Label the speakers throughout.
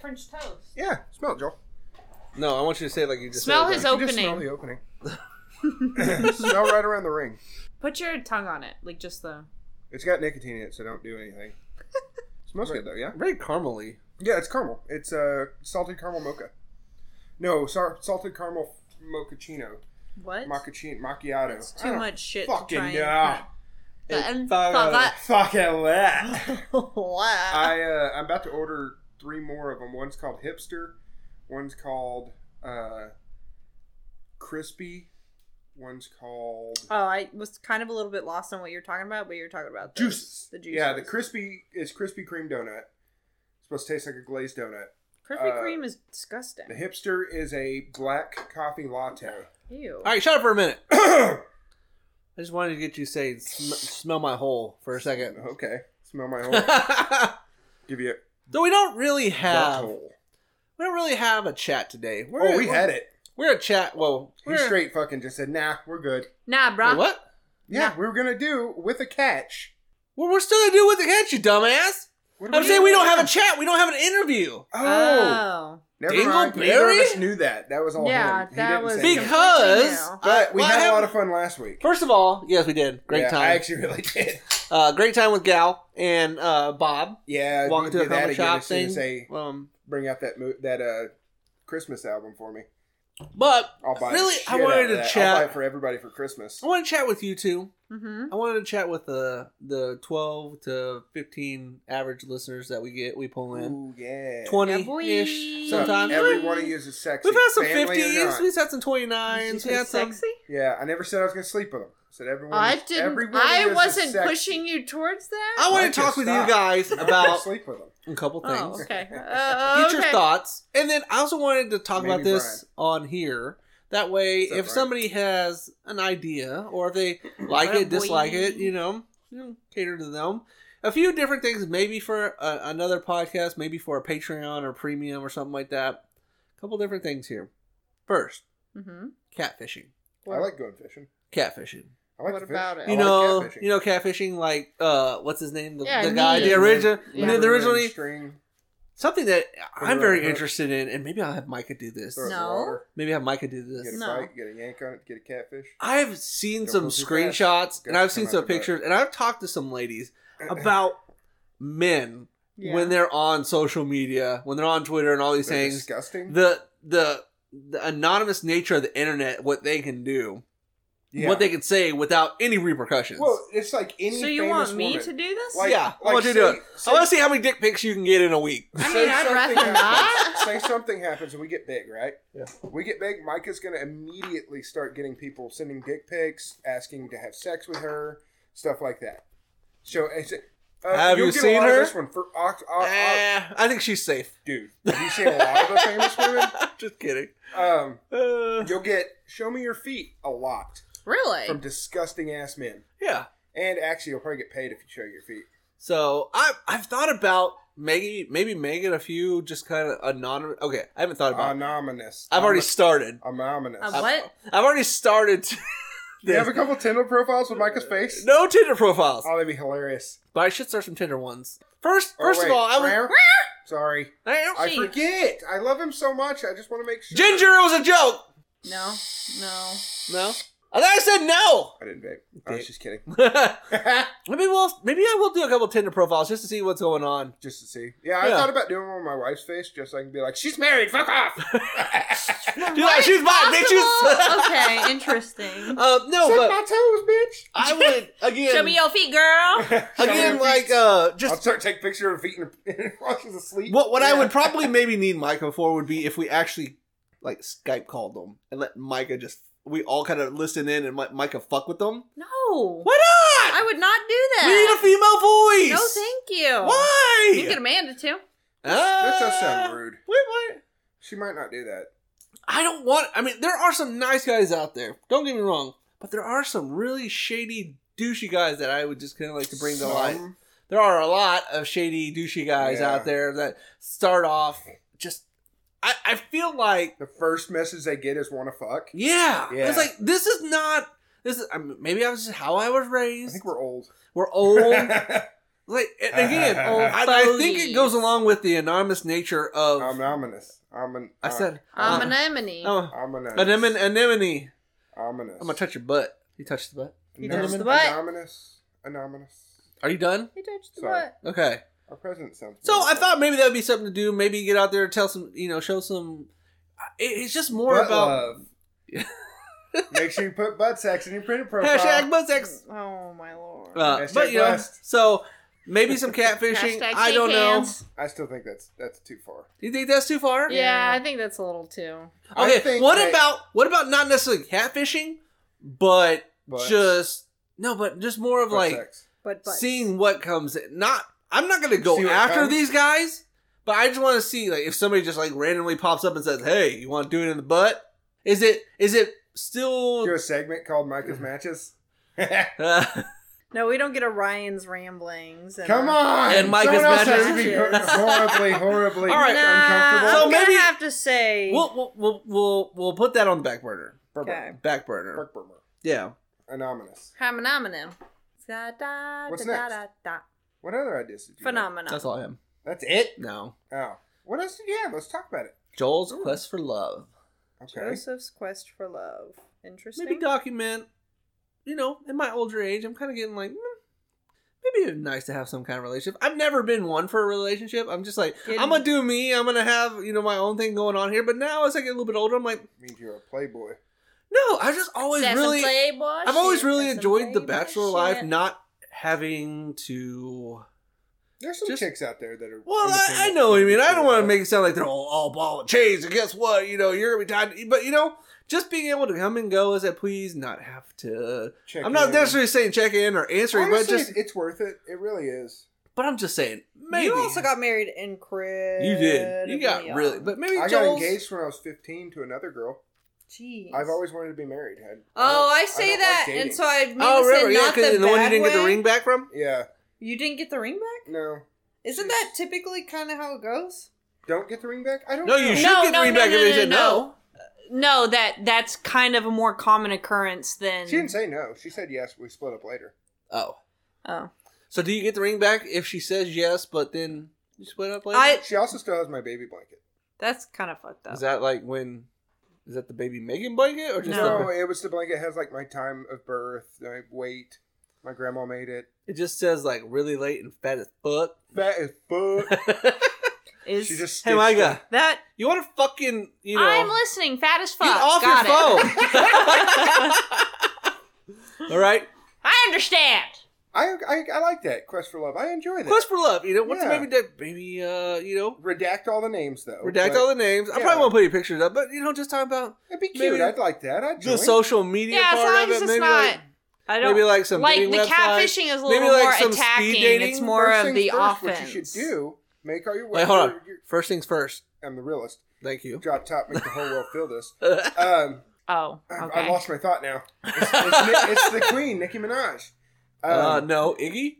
Speaker 1: French toast.
Speaker 2: Yeah, smell it, Joel.
Speaker 3: No, I want you to say it like you just
Speaker 1: Smell
Speaker 3: said it,
Speaker 1: his
Speaker 3: though.
Speaker 2: You just smell the opening. smell right around the ring.
Speaker 1: Put your tongue on it, like just the.
Speaker 2: It's got nicotine in it, so don't do anything. Smells good though, yeah.
Speaker 3: Very caramely.
Speaker 2: Yeah, it's caramel. It's uh, salted caramel mocha. No, sar- salted caramel mochaccino,
Speaker 4: What?
Speaker 2: mochaccino, macchiato. Ah.
Speaker 4: It's
Speaker 2: I
Speaker 4: too
Speaker 2: don't
Speaker 4: much shit to
Speaker 2: Fucking
Speaker 4: try and
Speaker 2: no.
Speaker 4: But- and
Speaker 3: Fuck
Speaker 4: thought
Speaker 3: off.
Speaker 2: Fucking that.
Speaker 4: wow.
Speaker 2: I uh, I'm about to order three more of them. One's called hipster, one's called uh, crispy, one's called
Speaker 4: Oh, I was kind of a little bit lost on what you're talking about, but you're talking about those-
Speaker 2: juices.
Speaker 4: The juices.
Speaker 2: Yeah, the crispy is Krispy Kreme donut. It's supposed to taste like a glazed donut.
Speaker 4: Krispy
Speaker 2: uh,
Speaker 4: Kreme is disgusting.
Speaker 2: The hipster is a black coffee latte.
Speaker 4: Ew.
Speaker 3: All right, shut up for a minute.
Speaker 2: okay,
Speaker 3: I just wanted to get you to say sm- smell my hole for a second.
Speaker 2: smell my hole.
Speaker 3: so
Speaker 2: Give you a
Speaker 3: we don't really
Speaker 2: butt
Speaker 3: have
Speaker 2: hole.
Speaker 3: we don't really have a chat today. We're
Speaker 2: Oh, we had it.
Speaker 3: We're a chat. Well,
Speaker 2: He
Speaker 3: we're,
Speaker 2: straight fucking just said, "Nah, we're good."
Speaker 1: Nah,
Speaker 3: wait,
Speaker 1: bro.
Speaker 3: what?
Speaker 2: Yeah, we were gonna do with a catch.
Speaker 3: Well, we're still gonna do with the catch, you dumbass.
Speaker 2: What
Speaker 3: I'm
Speaker 2: do
Speaker 3: saying
Speaker 2: do?
Speaker 3: we don't have a Ah. chat. We don't have an interview
Speaker 2: Oh,
Speaker 1: Oh.
Speaker 2: Never
Speaker 3: Dingleberry?
Speaker 2: mind. Neither of us knew that. That was all
Speaker 1: Yeah,
Speaker 2: him. He
Speaker 1: that
Speaker 2: didn't
Speaker 1: was-
Speaker 2: say
Speaker 1: Big
Speaker 2: that.
Speaker 1: hu-
Speaker 3: because
Speaker 1: Now.
Speaker 2: But we
Speaker 3: Well, I
Speaker 2: had
Speaker 3: have-
Speaker 2: a lot of fun last week.
Speaker 3: First of all, yes, we did. Great
Speaker 2: Yeah,
Speaker 3: time.
Speaker 2: I actually really did.
Speaker 3: uh, great time with Gal and uh, Bob
Speaker 2: Yeah,
Speaker 3: walking to
Speaker 2: do
Speaker 3: the
Speaker 2: that
Speaker 3: comic
Speaker 2: again
Speaker 3: shop
Speaker 2: as soon
Speaker 3: thing.
Speaker 2: as they
Speaker 3: Um,
Speaker 2: bring out that mo- that uh Christmas album for me.
Speaker 3: but
Speaker 2: I'll buy. the
Speaker 3: Really? I
Speaker 2: shit out
Speaker 3: wanted
Speaker 2: of
Speaker 3: to
Speaker 2: that.
Speaker 3: chat-
Speaker 2: I'll buy it for everybody for Christmas.
Speaker 3: I want to chat with you two.
Speaker 1: Mm-hmm.
Speaker 3: I wanted to chat with the the twelve to fifteen average listeners that we get. We pull in
Speaker 2: Ooh, yeah.
Speaker 3: twenty
Speaker 1: Yeah, boy.
Speaker 3: ish
Speaker 2: So,
Speaker 3: sometimes.
Speaker 2: every one of you is sexy.
Speaker 3: We've had some
Speaker 2: family or
Speaker 3: fifties.
Speaker 2: not.
Speaker 3: We've had some twenty nines. We had some.
Speaker 1: Sexy?
Speaker 2: Yeah, I never said I was gonna sleep with them. I said everyone.
Speaker 1: I
Speaker 2: Every
Speaker 1: didn't.
Speaker 2: one of you
Speaker 1: I
Speaker 2: Oh, is
Speaker 1: wasn't
Speaker 2: sexy. Oh,
Speaker 1: pushing you towards that.
Speaker 3: I want
Speaker 2: Mike
Speaker 3: to talk
Speaker 2: just
Speaker 3: with
Speaker 2: stopped.
Speaker 3: you guys
Speaker 2: I'm not gonna
Speaker 3: about
Speaker 2: sleep with them.
Speaker 3: a couple things.
Speaker 1: Oh, okay. Uh,
Speaker 3: Get
Speaker 1: okay.
Speaker 3: your thoughts, and then I also wanted to talk about
Speaker 2: Maybe
Speaker 3: this on here. That way,
Speaker 2: What's up,
Speaker 3: if
Speaker 2: Brian?
Speaker 3: somebody has an idea or if they like
Speaker 1: What a
Speaker 3: it, dislike
Speaker 1: boy.
Speaker 3: it, you know, you know, cater to them. A few different things, maybe for a, another podcast, maybe for a Patreon or premium or something like that. A couple different things here. First,
Speaker 1: Mm-hmm.
Speaker 3: catfishing.
Speaker 2: I like going fishing.
Speaker 3: Catfishing.
Speaker 2: I like
Speaker 1: What
Speaker 2: to fish.
Speaker 1: about it?
Speaker 2: I
Speaker 3: You
Speaker 2: like
Speaker 3: know,
Speaker 2: catfishing.
Speaker 3: you know, catfishing. Like, uh, what's his name? The,
Speaker 1: Yeah,
Speaker 3: the guy, the
Speaker 1: Negan.
Speaker 3: original,
Speaker 1: Yeah.
Speaker 3: the originally
Speaker 2: String,
Speaker 3: something that I'm
Speaker 2: Whatever.
Speaker 3: very interested in, and maybe I'll have Micah do this.
Speaker 2: throw it in the
Speaker 1: No.
Speaker 2: water,
Speaker 3: Maybe have Micah do this.
Speaker 2: Get a
Speaker 1: No.
Speaker 2: bite, get a yank on it, get a catfish.
Speaker 3: I've seen
Speaker 2: Don't
Speaker 3: some
Speaker 2: go too
Speaker 3: screenshots
Speaker 2: fast.
Speaker 3: and I've
Speaker 2: Guys
Speaker 3: seen
Speaker 2: come
Speaker 3: some
Speaker 2: after that.
Speaker 3: pictures and I've talked to some ladies about men
Speaker 1: Yeah.
Speaker 3: when they're on social media, when they're on Twitter and all these
Speaker 2: They're
Speaker 3: things.
Speaker 2: disgusting.
Speaker 3: The the the anonymous nature of the internet, what they can do,
Speaker 2: yeah.
Speaker 3: what they can say without any repercussions.
Speaker 2: Well, it's like any.
Speaker 1: so you
Speaker 2: famous
Speaker 1: want me
Speaker 2: woman.
Speaker 1: to do this?
Speaker 2: Like-
Speaker 3: yeah, I want you to do
Speaker 2: say-
Speaker 3: it.
Speaker 2: say-
Speaker 3: I want to see how many dick pics you can get in a week.
Speaker 1: I
Speaker 2: say
Speaker 1: mean, I'd
Speaker 2: something
Speaker 1: rather
Speaker 2: happens-
Speaker 1: not.
Speaker 2: Say something happens and we get big, right?
Speaker 3: Yeah.
Speaker 2: We get big. Micah's going to immediately start getting people sending dick pics, asking to have sex with her, stuff like that. So, I say- uh,
Speaker 3: Have
Speaker 2: you'll
Speaker 3: you
Speaker 2: get
Speaker 3: seen
Speaker 2: a lot
Speaker 3: her?
Speaker 2: Of this one for ox, ox,
Speaker 3: Eh, I think she's safe.
Speaker 2: dude. Have you seen a lot of the famous women?
Speaker 3: Just kidding.
Speaker 2: Um,
Speaker 3: Uh,
Speaker 2: you'll get "Show me your feet" a lot
Speaker 1: Really?
Speaker 2: from disgusting ass men.
Speaker 3: yeah.
Speaker 2: And actually, you'll probably get paid if you show your feet.
Speaker 3: So I I've thought about maybe maybe making a few just kind of anonymous. Okay, I haven't thought about. it.
Speaker 2: Anonymous.
Speaker 3: uh, I've already started.
Speaker 2: Anonymous.
Speaker 1: A what?
Speaker 3: I've already started. To
Speaker 2: Do you have a couple Tinder profiles with Micah's face?
Speaker 3: no Tinder profiles,
Speaker 2: Oh, that'd be hilarious.
Speaker 3: but I should start some Tinder ones. First,
Speaker 2: Oh,
Speaker 3: first
Speaker 2: wait,
Speaker 3: of all, I was
Speaker 2: Rare? Sorry, I
Speaker 1: Jeez.
Speaker 2: forget. I love him so much. I just want to make sure.
Speaker 3: Ginger was a joke.
Speaker 1: No, no.
Speaker 3: No, I thought I said no.
Speaker 2: I didn't vape. I was just kidding.
Speaker 3: maybe we'll maybe I will do a couple Tinder profiles just to see what's going on.
Speaker 2: just to see. Yeah, I
Speaker 3: Yeah.
Speaker 2: thought about doing one with my wife's face, just so I can be like, "She's married. Fuck off."
Speaker 3: She's like, she's mine, bitches.
Speaker 1: okay, interesting.
Speaker 3: uh, no,
Speaker 2: Suck
Speaker 3: but
Speaker 2: my toes, bitch.
Speaker 3: I would again.
Speaker 1: Show me your feet, girl.
Speaker 2: Show me
Speaker 3: again,
Speaker 2: your
Speaker 3: like
Speaker 2: feet.
Speaker 3: uh,
Speaker 2: I'll
Speaker 3: just
Speaker 2: start taking picture of her feet and while she's asleep.
Speaker 3: What what I
Speaker 2: Yeah.
Speaker 3: would probably maybe need Micah for would be if we actually like Skype called them and let Micah just we all kind of listen in and Mi- Micah fuck with them.
Speaker 1: No.
Speaker 3: Why not?
Speaker 1: I would not do
Speaker 3: we need a
Speaker 1: that.
Speaker 3: female voice.
Speaker 1: No, thank you.
Speaker 3: Why?
Speaker 1: You can get Amanda
Speaker 2: Oh.
Speaker 1: too.
Speaker 2: That
Speaker 3: Ah.
Speaker 2: does sound rude.
Speaker 3: Wait, wait.
Speaker 2: She might not do that.
Speaker 3: I don't want. I mean, there are some nice guys out there. Don't get me wrong, but there are some really shady, douchey guys that I would just kind of like to bring to light.
Speaker 2: Some-
Speaker 3: there are a lot of shady, douchey guys
Speaker 2: Yeah.
Speaker 3: out there that start off just. I, I feel like
Speaker 2: The first message they get is "want to fuck."
Speaker 3: Yeah.
Speaker 2: Yeah.
Speaker 3: It's like this is not this is I mean, maybe I was just how I was
Speaker 2: I
Speaker 3: raised.
Speaker 2: think we're old.
Speaker 3: We're old. Like and again,
Speaker 2: Oh,
Speaker 3: I, I think it
Speaker 1: please.
Speaker 3: goes along with the anonymous nature of.
Speaker 2: I'm ominous. I'm an.
Speaker 3: I said
Speaker 4: I'm an
Speaker 3: uh,
Speaker 4: anemone.
Speaker 3: oh,
Speaker 2: ominous.
Speaker 3: anemone. Anemone.
Speaker 2: Ominous.
Speaker 3: I'm gonna touch your butt. You touched the butt.
Speaker 4: He
Speaker 2: Anom-
Speaker 4: touched the butt.
Speaker 2: Anonymous. Anonymous.
Speaker 3: Are you done?
Speaker 4: He touched the
Speaker 2: Sorry.
Speaker 4: butt.
Speaker 3: Okay.
Speaker 2: Our president sounds.
Speaker 3: So
Speaker 2: really
Speaker 3: I thought maybe that would be something to do. Maybe get out there, and tell some, you know, show some. it- It's just more
Speaker 2: Butt
Speaker 3: about
Speaker 2: love. Make sure you put butt sex in your printer profile.
Speaker 3: hashtag butt sex.
Speaker 4: Oh my lord.
Speaker 3: Uh,
Speaker 2: Hashtag
Speaker 3: but you know,
Speaker 2: blessed.
Speaker 3: so maybe some catfishing.
Speaker 1: Hashtag
Speaker 3: I
Speaker 1: shake
Speaker 3: don't know.
Speaker 1: hands.
Speaker 2: I still think that's that's too far.
Speaker 3: Do you think that's too far?
Speaker 4: yeah, I think that's a little too.
Speaker 2: I
Speaker 3: Okay.
Speaker 2: think
Speaker 3: What
Speaker 2: that-
Speaker 3: about what about not necessarily catfishing, but,
Speaker 2: But-
Speaker 3: just no, but just more of
Speaker 2: butt
Speaker 3: like
Speaker 2: sex.
Speaker 4: But but
Speaker 3: seeing what comes. in. Not I'm not gonna go
Speaker 2: See what
Speaker 3: after
Speaker 2: comes?
Speaker 3: these guys, but I just want to see like if somebody just like randomly pops up and says, "Hey, you want to do it in the butt?" Is it is it still?
Speaker 2: do a segment called Micah's matches.
Speaker 3: Uh,
Speaker 4: no, we don't get Orion's ramblings. And
Speaker 2: Come on,
Speaker 3: And Mike
Speaker 2: Someone
Speaker 3: is
Speaker 2: else
Speaker 3: matches.
Speaker 2: has to be horribly, horribly
Speaker 3: All right.
Speaker 4: Nah,
Speaker 3: So
Speaker 4: I'm
Speaker 2: uncomfortable.
Speaker 4: gonna
Speaker 3: maybe-
Speaker 4: have to say.
Speaker 3: we'll, we'll we'll we'll we'll put that on the back burner.
Speaker 4: okay.
Speaker 3: Back burner.
Speaker 2: Burp, burp, burp.
Speaker 3: Yeah.
Speaker 2: Anonymous.
Speaker 4: I'm an aminem. Da, da,
Speaker 2: What's
Speaker 4: da,
Speaker 2: next?
Speaker 4: Da, da, da.
Speaker 2: What other ideas did you? have?
Speaker 4: Phenomena.
Speaker 3: That's all him.
Speaker 2: That's it.
Speaker 3: No.
Speaker 2: Oh, what else did you have? Let's talk about it.
Speaker 3: Joel's quest for love.
Speaker 2: Okay.
Speaker 4: Joseph's quest for love. Interesting.
Speaker 3: Maybe document. You know, in my older age, I'm kind of getting like. mm, Maybe it'd be nice to have some kind of relationship. I've never been one for a relationship. I'm just like,
Speaker 4: Didn't-
Speaker 3: I'm gonna do me. I'm gonna have you know my own thing going on here. But now as I get a little bit older, I'm like,
Speaker 2: Means you're a playboy.
Speaker 3: no, I just always
Speaker 1: That's some
Speaker 3: really,
Speaker 1: Playboy
Speaker 3: I've always
Speaker 1: shit.
Speaker 3: really
Speaker 1: That's some
Speaker 3: enjoyed the
Speaker 1: Playboy
Speaker 3: bachelor
Speaker 1: shit.
Speaker 3: life, not having to
Speaker 2: There's some
Speaker 3: Just-
Speaker 2: chicks out there that are.
Speaker 3: Well, I, I
Speaker 2: independent.
Speaker 3: know what you mean. I don't want to make it sound like they're all, all ball and chains. And guess what? You know, you're gonna be tied. to- But you know, just being able to come and go as I please, not have to.
Speaker 2: Check
Speaker 3: I'm not
Speaker 2: in.
Speaker 3: necessarily saying check in or answering,
Speaker 2: Honestly,
Speaker 3: but just.
Speaker 2: it's worth it. It really is.
Speaker 3: But I'm just saying, maybe
Speaker 4: You also got married incredibly.
Speaker 3: You did. You got really,
Speaker 4: young.
Speaker 3: but maybe
Speaker 2: I got
Speaker 3: Joel's-
Speaker 2: engaged when I was 15 to another girl.
Speaker 4: Jeez.
Speaker 2: I've always wanted to be married. I,
Speaker 4: Oh, I
Speaker 2: don't-
Speaker 4: say
Speaker 2: don't
Speaker 4: that,
Speaker 2: like
Speaker 4: and
Speaker 2: dating.
Speaker 4: so I mean
Speaker 3: Oh,
Speaker 4: to say
Speaker 3: remember? Yeah,
Speaker 4: not
Speaker 3: 'cause
Speaker 4: the,
Speaker 3: the, one you
Speaker 4: bad
Speaker 3: didn't get the
Speaker 4: way.
Speaker 3: ring back from.
Speaker 2: Yeah.
Speaker 4: You didn't get the ring back.
Speaker 2: No.
Speaker 4: Isn't that typically kind of how it goes?
Speaker 2: Don't get the ring back. I don't.
Speaker 3: No,
Speaker 2: know.
Speaker 3: you should
Speaker 1: No,
Speaker 3: get the
Speaker 1: no,
Speaker 3: ring
Speaker 1: no,
Speaker 3: back
Speaker 1: no,
Speaker 3: if they
Speaker 1: no,
Speaker 3: said
Speaker 1: no. No, that that's kind of a more common occurrence than
Speaker 2: She didn't say no. She said yes. We split up later.
Speaker 3: Oh,
Speaker 4: Oh,
Speaker 3: so do you get the ring back if she says yes, but then you split up later?
Speaker 4: I.
Speaker 2: She also still has my baby blanket.
Speaker 4: That's kind of fucked up.
Speaker 3: Is that like when? Is that the baby Megan blanket or just
Speaker 2: No,
Speaker 3: the,
Speaker 2: it was the blanket. It has like my time of birth, my weight. My grandma made it.
Speaker 3: It just says like really late and fat as fuck.
Speaker 2: Fat as fuck.
Speaker 4: Is
Speaker 2: she just.
Speaker 3: hey,
Speaker 2: stitched
Speaker 3: Micah,
Speaker 2: it.
Speaker 4: that
Speaker 3: you want to fucking you know
Speaker 1: I'm listening, fat as fuck.
Speaker 3: get off
Speaker 1: Got
Speaker 3: your
Speaker 1: it.
Speaker 3: phone. All right,
Speaker 1: I understand.
Speaker 2: I, I I like that quest for love. I enjoy that.
Speaker 3: quest for love. You know what's
Speaker 2: Yeah.
Speaker 3: maybe that maybe uh you know
Speaker 2: Redact all the names though.
Speaker 3: redact
Speaker 2: but
Speaker 3: all the names. I
Speaker 2: yeah.
Speaker 3: probably won't put your pictures up, but you know just talk about
Speaker 2: It'd be cute.
Speaker 3: maybe-
Speaker 2: I'd like that. I'd
Speaker 3: the
Speaker 2: join.
Speaker 3: social media
Speaker 1: Yeah, as
Speaker 3: part
Speaker 1: long as
Speaker 3: of it.
Speaker 1: it's
Speaker 3: Maybe like
Speaker 1: not- I don't
Speaker 3: maybe like some
Speaker 1: like
Speaker 3: dating
Speaker 1: the
Speaker 3: websites.
Speaker 1: catfishing is a
Speaker 3: Maybe
Speaker 1: little
Speaker 3: like
Speaker 1: more
Speaker 3: some speed
Speaker 1: attacking.
Speaker 3: dating.
Speaker 1: It's more
Speaker 2: First
Speaker 1: of
Speaker 2: things
Speaker 1: the
Speaker 2: first,
Speaker 1: offense.
Speaker 2: What you should do: make all your
Speaker 3: Wait, hold on.
Speaker 2: your- your-
Speaker 3: First things first.
Speaker 2: I'm the realist.
Speaker 3: Thank you.
Speaker 2: Drop top, make the whole world feel this.
Speaker 3: Uh,
Speaker 2: Um,
Speaker 1: Oh,
Speaker 2: I,
Speaker 1: okay.
Speaker 2: I lost my thought now. It's, it's, Ni- it's the Queen, Nicki Minaj. Um,
Speaker 3: uh, no, Iggy.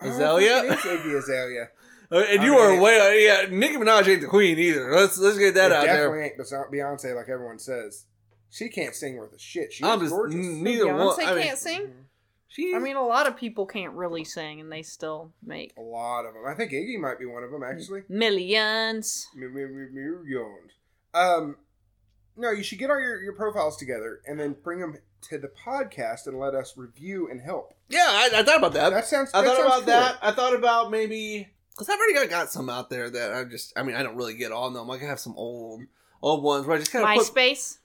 Speaker 2: I don't
Speaker 3: Azalea?
Speaker 2: think It is Iggy Azalea.
Speaker 3: Uh, and
Speaker 2: I
Speaker 3: you
Speaker 2: mean,
Speaker 3: are
Speaker 2: it-
Speaker 3: way yeah. Nicki Minaj ain't the queen either. Let's let's get that
Speaker 2: it
Speaker 3: out there.
Speaker 2: definitely ain't Beyonce- Beyonce, like everyone says. She can't sing worth a shit. She's
Speaker 3: I'm just
Speaker 2: gorgeous. Mm-hmm.
Speaker 3: n- neither
Speaker 4: Beyonce
Speaker 3: one. I mean,
Speaker 4: can't sing.
Speaker 3: she.
Speaker 4: I mean, a lot of people can't really sing, and they still make
Speaker 3: Oh.
Speaker 2: A lot of them. I think Iggy might be one of them, actually.
Speaker 4: millions.
Speaker 2: Me- me- me- me- yawned. Um, no, you should get all your, your profiles together and then bring them to the podcast and let us review and help.
Speaker 3: yeah, I, I thought about that.
Speaker 2: That sounds.
Speaker 3: I
Speaker 2: that
Speaker 3: thought
Speaker 2: sounds
Speaker 3: about
Speaker 2: cool.
Speaker 3: that. I thought about maybe because I've already got, got some out there that I just. I mean, I don't really get on them. Like I have some old old ones where I just kind of put.
Speaker 1: MySpace.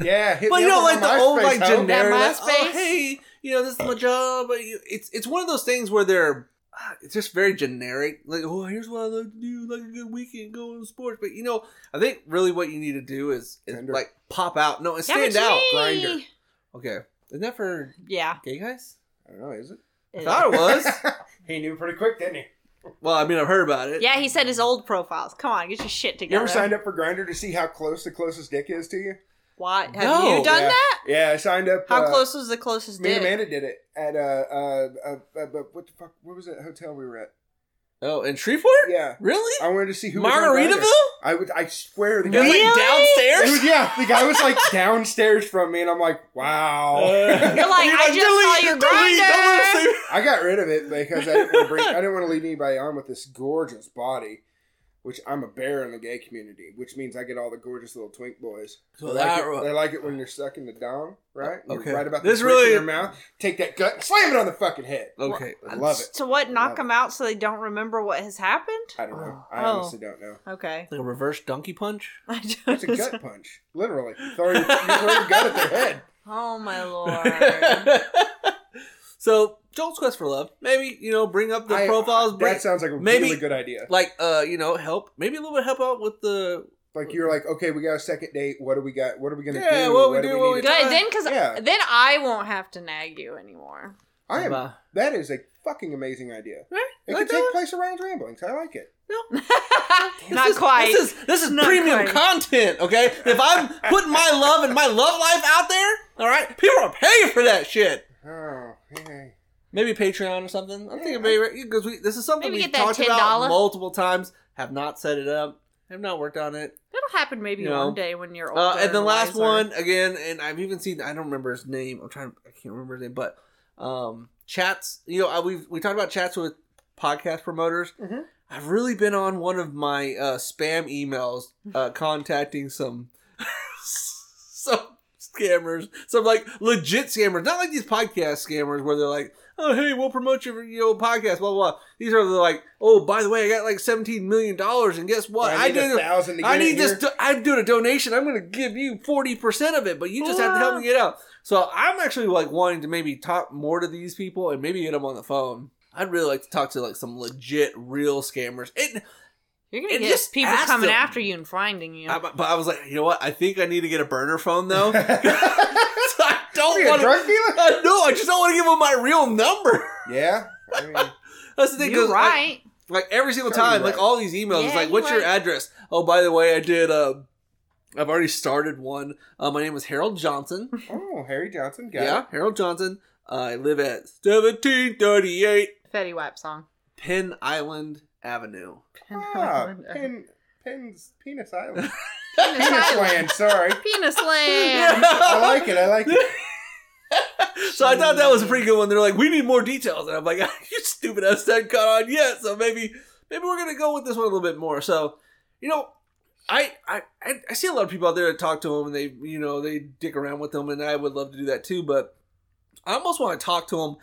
Speaker 2: Yeah, hit
Speaker 3: But
Speaker 2: me
Speaker 3: you
Speaker 2: up
Speaker 3: know,
Speaker 2: on
Speaker 3: like the
Speaker 2: my
Speaker 3: old,
Speaker 2: MySpace,
Speaker 3: like
Speaker 2: huh?
Speaker 3: generic, like, oh,
Speaker 1: MySpace?
Speaker 3: hey, you know, this is my job. but you- It's it's one of those things where they're ah, it's just very generic. Like, oh, here's what I like to do, like a good weekend, go on sports. But you know, I think really what you need to do is, is
Speaker 2: Tinder.
Speaker 3: like pop out, no, and
Speaker 1: That
Speaker 3: stand
Speaker 1: was
Speaker 3: out.
Speaker 1: me.
Speaker 2: Grindr.
Speaker 3: Okay, isn't that for
Speaker 1: Yeah.
Speaker 3: gay guys?
Speaker 2: I don't know, is it?
Speaker 3: I thought it was.
Speaker 2: he knew pretty quick, didn't he?
Speaker 3: well, I mean, I've heard about it.
Speaker 1: Yeah, he said his old profiles. Come on, get your shit
Speaker 2: You
Speaker 1: together.
Speaker 2: ever signed up for Grinder to see how close the closest dick is to you?
Speaker 1: Why have
Speaker 3: No.
Speaker 1: you done
Speaker 2: yeah.
Speaker 1: that?
Speaker 2: Yeah, I signed up.
Speaker 4: How
Speaker 2: uh,
Speaker 4: close was the closest
Speaker 2: Me and
Speaker 4: dick?
Speaker 2: Amanda did it at uh, uh, uh, uh, but what the fuck? What was that hotel we were at?
Speaker 3: Oh, in Shreveport?
Speaker 2: Yeah,
Speaker 3: Really?
Speaker 2: I wanted to see who was on
Speaker 3: Margaritaville?
Speaker 2: Grindr. I would. I swear the guy.
Speaker 3: You're like downstairs?
Speaker 2: Dude, yeah, the guy was like downstairs from me, and I'm like, wow.
Speaker 3: Uh,
Speaker 1: You're like, I just saw your Grindr.
Speaker 3: don't let him see-
Speaker 2: I got rid of it because I didn't want to bring. I didn't want to lead anybody on with this gorgeous body, which I'm a bear in the gay community, which means I get all the gorgeous little twink boys.
Speaker 3: So
Speaker 2: they,
Speaker 3: that-
Speaker 2: like it, they like it when you're sucking the dong, right? You're
Speaker 3: Okay.
Speaker 2: Right about
Speaker 3: This
Speaker 2: this really in
Speaker 3: really-
Speaker 2: your mouth. Take that gut and slam it on the fucking head.
Speaker 3: Okay.
Speaker 2: I love it.
Speaker 1: So what? Knock
Speaker 2: Love
Speaker 1: them out so they don't remember what has happened?
Speaker 2: I don't know. I
Speaker 1: Oh.
Speaker 2: honestly don't know.
Speaker 1: Okay.
Speaker 3: Like a reverse donkey punch?
Speaker 1: I
Speaker 2: It's
Speaker 1: don't.
Speaker 2: a gut punch, literally. You throw your, you throw your gut at their head.
Speaker 1: Oh my lord.
Speaker 3: so Joel's quest for love. Maybe you know, bring up the
Speaker 2: I-
Speaker 3: profiles. Bring,
Speaker 2: That sounds like a
Speaker 3: Maybe-
Speaker 2: really good idea.
Speaker 3: like uh, you know, help. Maybe a little bit help out with the.
Speaker 2: Like you're like, okay, we got a second date. What do we got? What are we gonna
Speaker 3: Yeah,
Speaker 2: do?
Speaker 3: what we do, what
Speaker 2: need
Speaker 3: we
Speaker 2: to-
Speaker 3: do.
Speaker 1: Good. Then, because
Speaker 2: Yeah.
Speaker 1: then I won't have to nag you anymore.
Speaker 2: I am.
Speaker 3: Uh,
Speaker 2: That is a fucking amazing idea.
Speaker 3: Right?
Speaker 2: It
Speaker 3: Like
Speaker 2: could
Speaker 3: that
Speaker 2: take
Speaker 3: one?
Speaker 2: place around ramblings. I like it.
Speaker 3: this
Speaker 1: Not
Speaker 3: is-
Speaker 1: quite.
Speaker 3: This is this is
Speaker 1: Not
Speaker 3: premium
Speaker 1: quite.
Speaker 3: content. Okay, if I'm putting my love and my love life out there, all right, people are paying for that shit.
Speaker 2: Oh, yay.
Speaker 3: Maybe Patreon or something. I'm
Speaker 2: Yeah.
Speaker 3: thinking maybe because we this is something
Speaker 1: Maybe
Speaker 3: we've
Speaker 1: get that
Speaker 3: talked
Speaker 1: $10.
Speaker 3: about multiple times. Have not set it up. Have not worked on it.
Speaker 1: It'll happen maybe
Speaker 3: You know.
Speaker 1: one day when you're older.
Speaker 3: Uh, and the last
Speaker 1: wiser.
Speaker 3: one again, and I've even seen I don't remember his name. I'm trying I can't remember his name, but um chats. You know, I, we've we talked about chats with podcast promoters.
Speaker 2: Mhm.
Speaker 3: I've really been on one of my uh, spam emails, uh, contacting some some scammers, some like legit scammers, not like these podcast scammers where they're like, oh hey, we'll promote your you know, podcast, blah blah. blah. These are the like, oh by the way, I got like seventeen million dollars, and guess what?
Speaker 2: I need
Speaker 3: did
Speaker 2: a thousand to get
Speaker 3: I need
Speaker 2: in
Speaker 3: this.
Speaker 2: here.
Speaker 3: Do- I'm doing a donation. I'm going to give you forty percent of it, but you just have to help me get out. So I'm actually like wanting to maybe talk more to these people and maybe get them on the phone. I'd really like to talk to like some legit, real scammers. It,
Speaker 1: You're gonna
Speaker 3: And
Speaker 1: get
Speaker 3: just
Speaker 1: people
Speaker 3: ask
Speaker 1: coming
Speaker 3: them.
Speaker 1: after you and finding you.
Speaker 3: I, but I was like, you know what? I think I need to get a burner phone though. so
Speaker 2: Are
Speaker 3: I don't
Speaker 2: you a
Speaker 3: want to.
Speaker 2: drug dealer?
Speaker 3: No, I just don't want to give them my real number.
Speaker 2: Yeah. I mean,
Speaker 3: That's the thing.
Speaker 1: You're
Speaker 3: 'cause, like,
Speaker 1: right.
Speaker 3: Like every single
Speaker 2: Sorry,
Speaker 3: time,
Speaker 2: right.
Speaker 3: like all these emails, it's
Speaker 1: Yeah,
Speaker 3: like, "What's
Speaker 1: you're
Speaker 3: your
Speaker 1: right.
Speaker 3: address?" Oh, by the way, I did. Uh, I've already started one. Uh, my name is Harold Johnson.
Speaker 2: oh, Harry Johnson. Got
Speaker 3: yeah, Harold Johnson. uh, I live at seventeen thirty eight
Speaker 1: Fetty Wap song.
Speaker 3: Penn Island Avenue.
Speaker 2: it. Ah, pin, pins, penis island.
Speaker 1: Penis
Speaker 2: penis
Speaker 1: Island.
Speaker 2: land. Sorry.
Speaker 1: Penis Land.
Speaker 2: I like Mm. it. I like it.
Speaker 3: so I thought that was a pretty good one. They're like, "We need more details," and I'm like, "You stupid ass that caught on yet?" So maybe maybe we're gonna go with this one a little bit more. So you know, I I I I see a lot of people out there that talk to them and they you know they dick around with them, and I would love to do that too. But I almost want to talk to them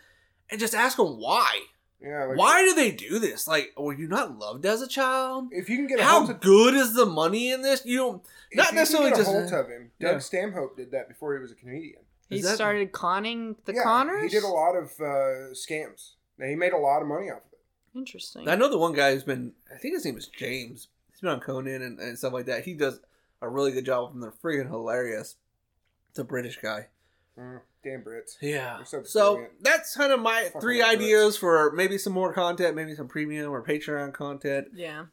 Speaker 3: and just ask them why.
Speaker 2: Yeah. Like,
Speaker 3: Why do they do this? Like, were you not loved as a child?
Speaker 2: If you can get a
Speaker 3: How
Speaker 2: hold of,
Speaker 3: good is the money in this? You don't.
Speaker 2: if
Speaker 3: not
Speaker 2: you can
Speaker 3: necessarily
Speaker 2: get a
Speaker 3: just-
Speaker 2: hold of him. Doug
Speaker 3: Yeah.
Speaker 2: Stanhope did that before he was a comedian.
Speaker 1: He
Speaker 3: Is that-
Speaker 1: started conning the
Speaker 2: yeah,
Speaker 1: Connors.
Speaker 2: He did a lot of uh, scams. Now, he made a lot of money off of it.
Speaker 1: Interesting.
Speaker 3: I know the one guy who's been, I think his name is James. He's been on Conan and, and stuff like that. He does a really good job of them. They're friggin' hilarious. It's a British guy.
Speaker 2: Mm, damn Brits.
Speaker 3: Yeah.
Speaker 2: They're so
Speaker 3: So,
Speaker 2: brilliant.
Speaker 3: that's kind of my
Speaker 2: Fucking
Speaker 3: three
Speaker 2: love
Speaker 3: ideas for maybe some more content, maybe some premium or Patreon content.
Speaker 1: Yeah.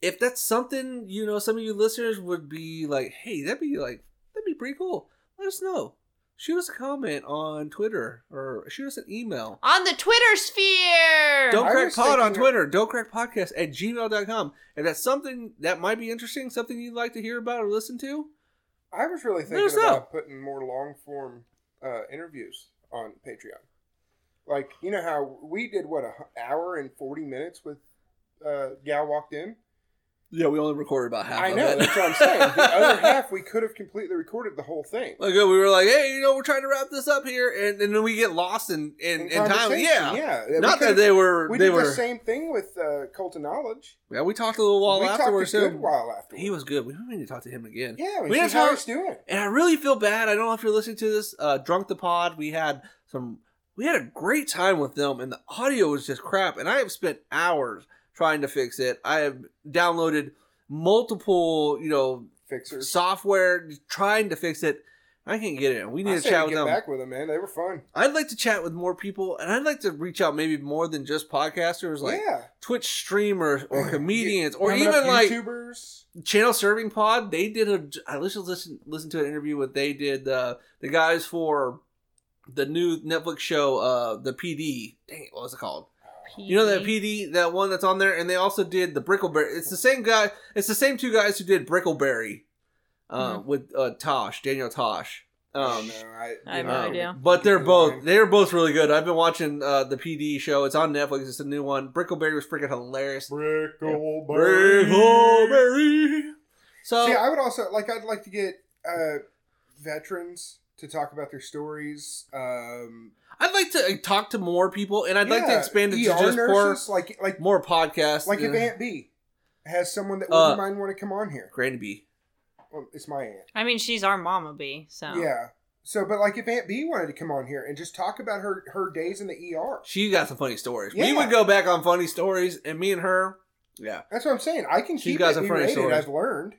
Speaker 3: If that's something, you know, some of you listeners would be like, hey, that'd be like, that'd be pretty cool. Let us know. Shoot us a comment on Twitter or shoot us an email.
Speaker 1: On the Twitter sphere.
Speaker 3: Don't
Speaker 2: I
Speaker 3: crack
Speaker 2: was
Speaker 3: pod on
Speaker 2: thinking of-
Speaker 3: Twitter, don't crack podcast at gmail.com. If that's something that might be interesting, something you'd like to hear about or listen to,
Speaker 2: I was really
Speaker 3: Let us
Speaker 2: thinking about putting more long form uh, interviews on Patreon. Like you know how we did what a hu- hour and forty minutes with uh, Gal walked in.
Speaker 3: yeah, we only recorded about half
Speaker 2: I
Speaker 3: of
Speaker 2: know
Speaker 3: it.
Speaker 2: that's what I'm saying. The other half we could have completely recorded the whole thing.
Speaker 3: Like uh, we were like, hey, you know, we're trying to wrap this up here, and, and then we get lost in in, in, time.
Speaker 2: conversation,
Speaker 3: Yeah,
Speaker 2: We
Speaker 3: not that
Speaker 2: could've-
Speaker 3: they were
Speaker 2: We
Speaker 3: they
Speaker 2: did
Speaker 3: were.
Speaker 2: the same thing with uh, Cult of Knowledge.
Speaker 3: Yeah, we talked a little while
Speaker 2: we
Speaker 3: afterwards.
Speaker 2: talked a
Speaker 3: too.
Speaker 2: good while afterwards.
Speaker 3: He was good. We need to talk to him again.
Speaker 2: yeah. We,
Speaker 3: we
Speaker 2: see
Speaker 3: just
Speaker 2: how
Speaker 3: heard-
Speaker 2: he's doing.
Speaker 3: And I really feel bad. I don't know if you're listening to this. Uh, Drunk the Pod. We had some. We had a great time with them, and the audio was just crap. And I have spent hours trying to fix it. I have downloaded multiple, you know,
Speaker 2: Fixer.
Speaker 3: software trying to fix it. I can't get it. We need
Speaker 2: I
Speaker 3: to
Speaker 2: say
Speaker 3: chat
Speaker 2: we
Speaker 3: with
Speaker 2: get
Speaker 3: them.
Speaker 2: back with him, man. They were fun.
Speaker 3: I'd like to chat with more people, and I'd like to reach out maybe more than just podcasters, like
Speaker 2: yeah.
Speaker 3: Twitch streamers or comedians, or
Speaker 2: Coming up,
Speaker 3: even like
Speaker 2: YouTubers.
Speaker 3: Channel Serving Pod, they did a. I listened listen listen to an interview with they did uh, the guys for the new Netflix show, uh, the PD. Dang it, what was it called?
Speaker 4: PD.
Speaker 3: You know that PD, that one that's on there, and they also did the Brickleberry. It's the same guy. It's the same two guys who did Brickleberry, uh,
Speaker 4: Mm-hmm.
Speaker 3: with uh, Tosh, Daniel Tosh. Um,
Speaker 2: no, I,
Speaker 4: I have no
Speaker 2: you know,
Speaker 4: idea.
Speaker 3: But they're both they're both really good. I've been watching uh, the PD show. It's on Netflix. It's a new one. Brickleberry was freaking hilarious.
Speaker 2: Brickleberry.
Speaker 3: Brickleberry. So
Speaker 2: See, I would also like. I'd like to get uh, veterans to talk about their stories. Um,
Speaker 3: I'd like to uh, talk to more people, and I'd like to
Speaker 2: yeah,
Speaker 3: expand it to
Speaker 2: ER
Speaker 3: just more
Speaker 2: nurses, like like
Speaker 3: more podcasts.
Speaker 2: like
Speaker 3: uh,
Speaker 2: if Aunt B has someone that would
Speaker 3: Uh,
Speaker 2: mind want to come on here.
Speaker 3: Granny B.
Speaker 2: Well, it's my aunt.
Speaker 1: I mean, she's our mama bee,
Speaker 4: Oh.
Speaker 1: so
Speaker 2: Yeah. So, but like if Aunt B wanted to come on here and just talk about her her days in the ER,
Speaker 3: She got some funny stories. We
Speaker 2: Yeah.
Speaker 3: would go back on funny stories, and me and her. Yeah,
Speaker 2: that's what I'm saying. I can
Speaker 3: She
Speaker 2: keep
Speaker 3: got
Speaker 2: it
Speaker 3: some funny
Speaker 2: rated.
Speaker 3: stories.
Speaker 2: I've learned.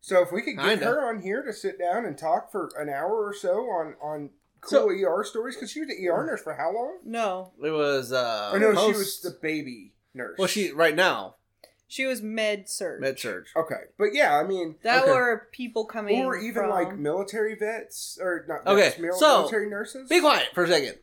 Speaker 2: So if we could get
Speaker 3: Kinda.
Speaker 2: her on here to sit down and talk for an hour or so on on cool
Speaker 3: So-
Speaker 2: ER stories, because she was the ER nurse for how long?
Speaker 4: No,
Speaker 3: it was. uh
Speaker 2: I know she
Speaker 3: post-
Speaker 2: was the baby nurse.
Speaker 3: well, she right now
Speaker 4: she was med surge.
Speaker 3: med surge.
Speaker 2: okay, but yeah, I mean,
Speaker 4: That
Speaker 3: Okay.
Speaker 4: were people coming,
Speaker 2: or even
Speaker 4: from-
Speaker 2: like military vets or not.
Speaker 3: Okay,
Speaker 2: vets, mil-
Speaker 3: so-
Speaker 2: military nurses.
Speaker 3: Be quiet for a second.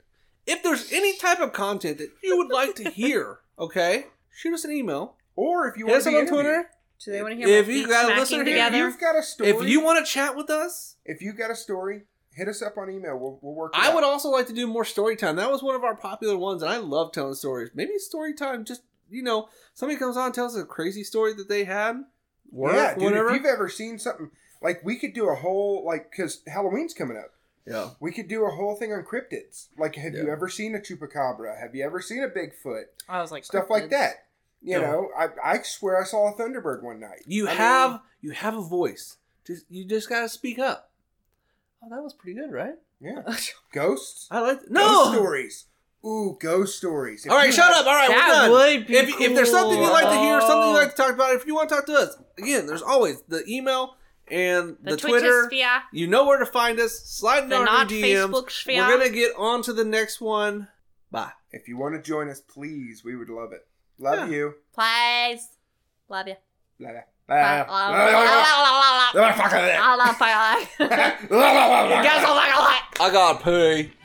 Speaker 3: If there's any type of content that you would like to hear, okay, shoot us an email.
Speaker 2: Or if you
Speaker 3: Hit
Speaker 2: want
Speaker 3: us
Speaker 2: to
Speaker 3: up
Speaker 2: be
Speaker 3: on Twitter.
Speaker 4: Do they want to hear?
Speaker 3: If
Speaker 4: my
Speaker 3: you
Speaker 4: feet
Speaker 3: got a
Speaker 4: smacking
Speaker 3: listener here,
Speaker 2: If
Speaker 4: together?
Speaker 2: you've got a story,
Speaker 3: If you want to chat with us,
Speaker 2: if you got a story, hit us up on email. We'll, we'll work. It
Speaker 3: I
Speaker 2: out.
Speaker 3: would also like to do more story time. That was one of our popular ones, and I love telling stories. Maybe story time, just you know, somebody comes on and tells us a crazy story that they had. Work,
Speaker 2: yeah, dude.
Speaker 3: whatever.
Speaker 2: If you've ever seen something like we could do a whole like because Halloween's coming up,
Speaker 3: yeah,
Speaker 2: we could do a whole thing on cryptids. Like, have you
Speaker 3: Yeah.
Speaker 2: ever seen a chupacabra? Have you ever seen a Bigfoot?
Speaker 1: I was like
Speaker 2: Stuff like
Speaker 1: cryptids.
Speaker 2: that. You
Speaker 3: Yeah.
Speaker 2: know, I I swear I saw a thunderbird one night.
Speaker 3: you
Speaker 2: I mean,
Speaker 3: have you have a voice. Just you just gotta speak up. Oh, that was pretty good, right?
Speaker 2: yeah ghosts.
Speaker 3: I like
Speaker 2: Ghost
Speaker 3: no.
Speaker 2: stories. Ooh, ghost stories. If
Speaker 3: All
Speaker 2: you
Speaker 3: right, shut
Speaker 2: have-
Speaker 3: up. All right, we're
Speaker 1: That
Speaker 3: done.
Speaker 1: would be
Speaker 3: if, if there's something you'd like to hear, something
Speaker 1: cool.
Speaker 4: Oh.
Speaker 3: you'd like to talk about, if you want to talk to us, again, there's always the email and the,
Speaker 1: the, Twitter
Speaker 3: Twitter.
Speaker 1: sphere,
Speaker 3: You know where to find us. Slide in
Speaker 1: the
Speaker 3: our
Speaker 1: not
Speaker 3: DMs.
Speaker 1: Facebook sphere.
Speaker 3: We're gonna get on to the next one. Bye.
Speaker 2: If you want to join us, please, we would love it. Love
Speaker 3: Yeah.
Speaker 2: you.
Speaker 1: Please, love you.
Speaker 2: Blah, blah,
Speaker 1: Blah,
Speaker 2: blah,
Speaker 1: blah, uh,
Speaker 2: blah, blah,
Speaker 3: Ah.
Speaker 1: blah, blah, blah,
Speaker 2: blah,
Speaker 1: blah, blah, blah, blah.
Speaker 2: blah, blah, blah, blah, blah, blah.
Speaker 1: You guys don't like a lot.
Speaker 3: I got pee.